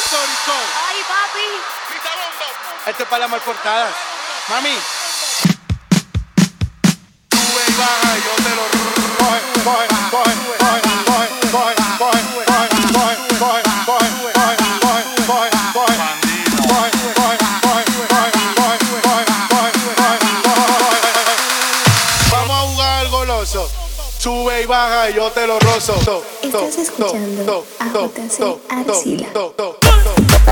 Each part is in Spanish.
eso. Ay, papi. Este es para las malportadas. Mami. Sube y baja y yo te lo Coge, coge, coge, coge, coge, coge, coge, coge, coge, coge, coge, coge, coge, coge, coge. bandido. Coge, coge, coge, coge, coge, coge, coge, coge, coge. Vamos a jugar goloso. Sube y baja y yo te lo rozo. To, to, Estás to, escuchando to, a to, JC to, Arcila. to, to, to.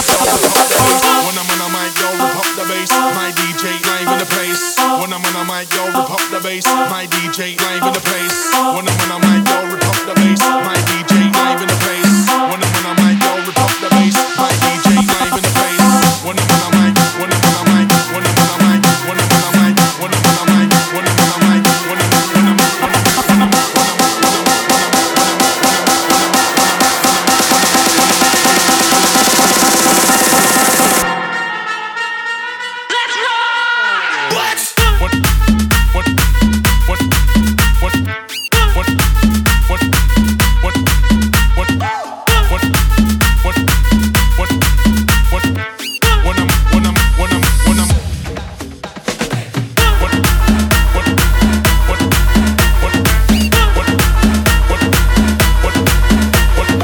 When I'm on a mic, yo, rip up the bass. My DJ live in the place. When I'm on a mic, yo, rip up the bass. My DJ live in the place. When I'm on a mic, yo, rip up the bass. My DJ live in the place. When I'm on a mic, yo, rip up the bass. My DJ live in the place. When I'm on a mic, when I'm on a mic, when I'm on a mic, when I'm on a mic, when I'm on a mic, when I'm on a mic, when I'm when I'm when I'm What? What? What? What? What? What? What? What? What? What? What? What? When I'm, when I'm, when I'm, when I'm. What? What? What? What? What? What? What?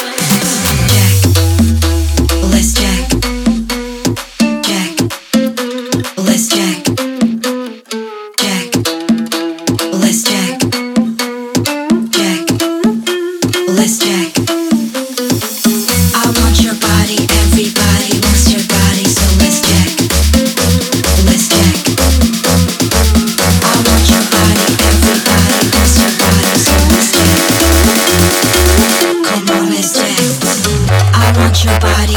Jack. Let's jack. Jack. Let's jack. Jack. Let's jack. Jack. Let's jack. I want your body, everybody wants your body, so let's jack. Let's jack. I want your body, everybody wants your body, so let's jack. Come on, let's jack. I want your body,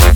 What?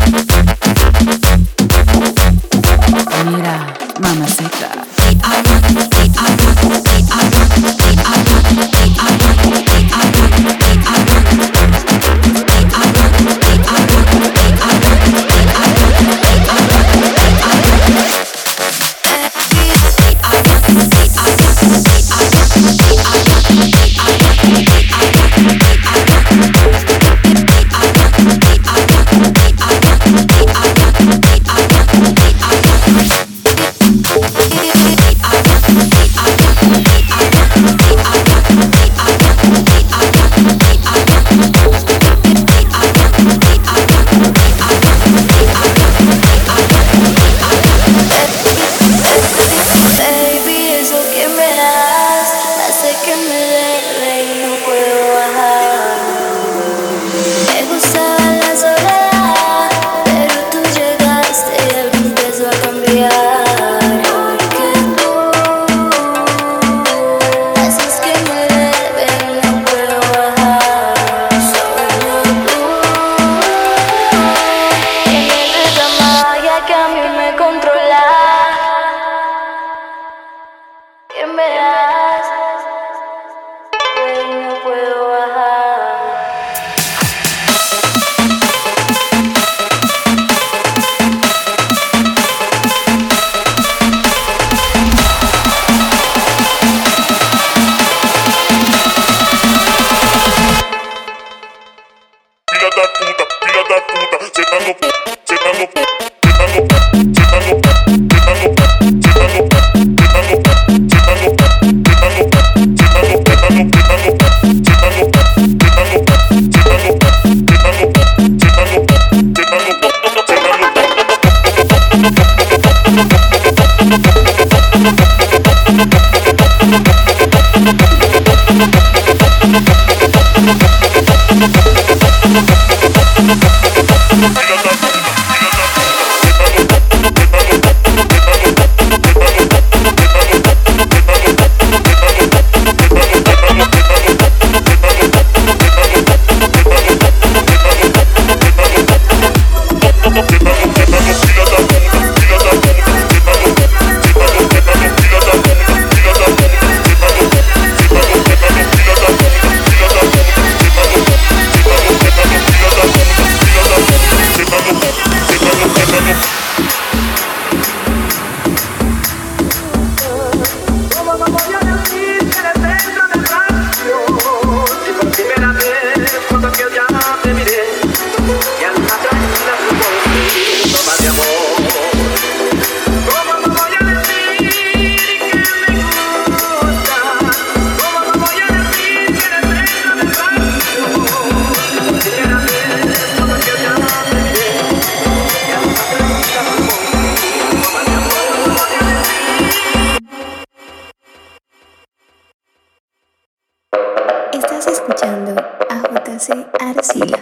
cada puta, se pagó, se pagó, se pagó, se pagó, se pagó, se pagó, se pagó, se pagó, se pagó, se pagó, se pagó, se pagó, se pagó, se pagó, se pagó, se pagó, se pagó, se pagó, se pagó. Como no podía decirte dentro del rancio Primera vez cuando que ya te miré Y al atraída tu bolsillo más de amor Como no voy a decir que me gusta Como no voy a decir que eres dentro del rancio Primera vez cuando que ya te miré Y al atraída tu bolsillo más de amor Como no voy a decir Estás escuchando a JC Arcila.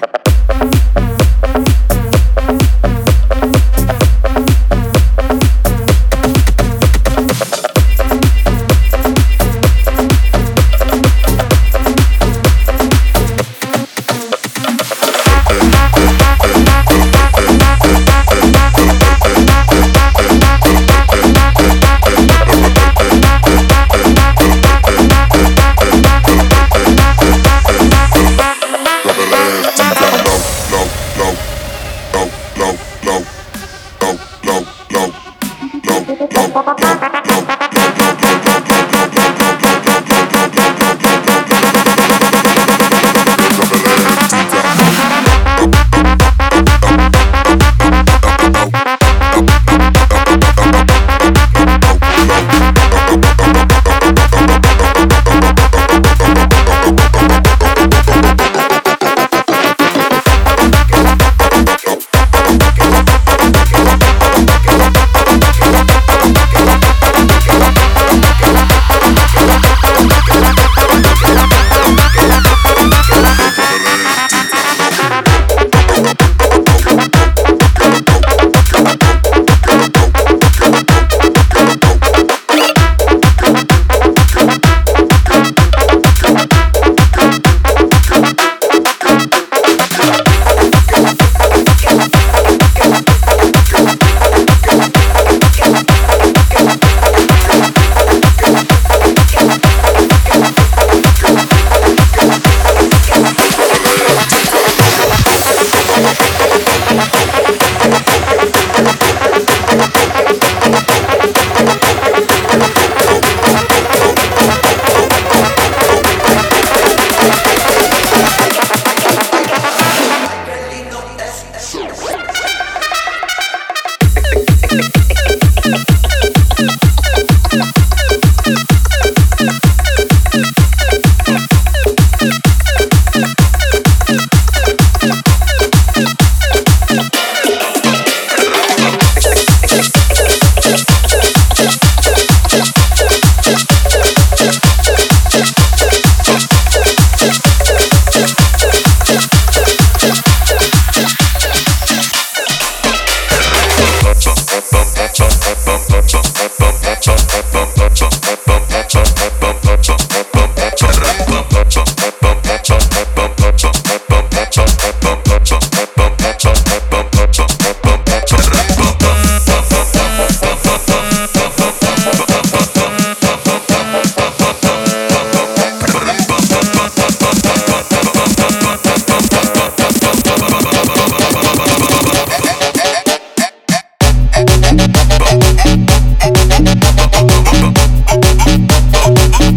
Thank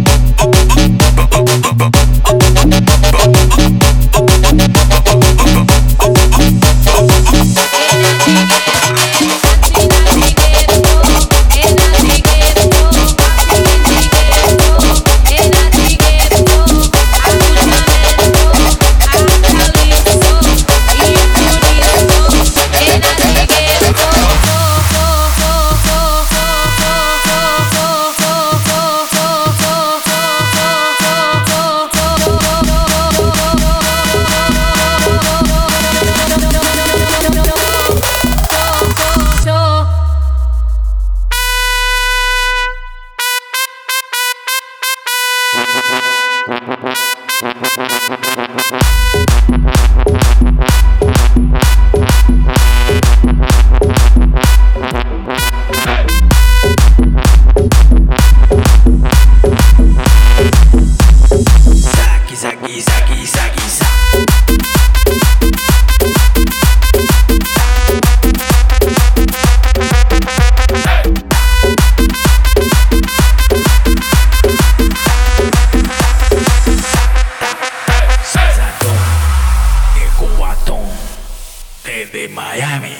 desde Miami.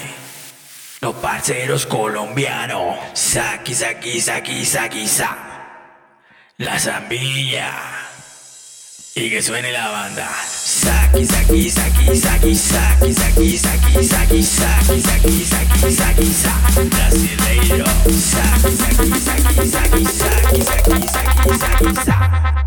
Los parceros colombianos. Saki, saki, saki, saki, sa. La zambilla. Y que suene la banda. Saki, saki, saki, saki, saki, saki, saki, saki, saki, saki, saki, saki, sa. Brasileiro. Saki, saki, saki, saki, saki, saki, saki, saki, sa.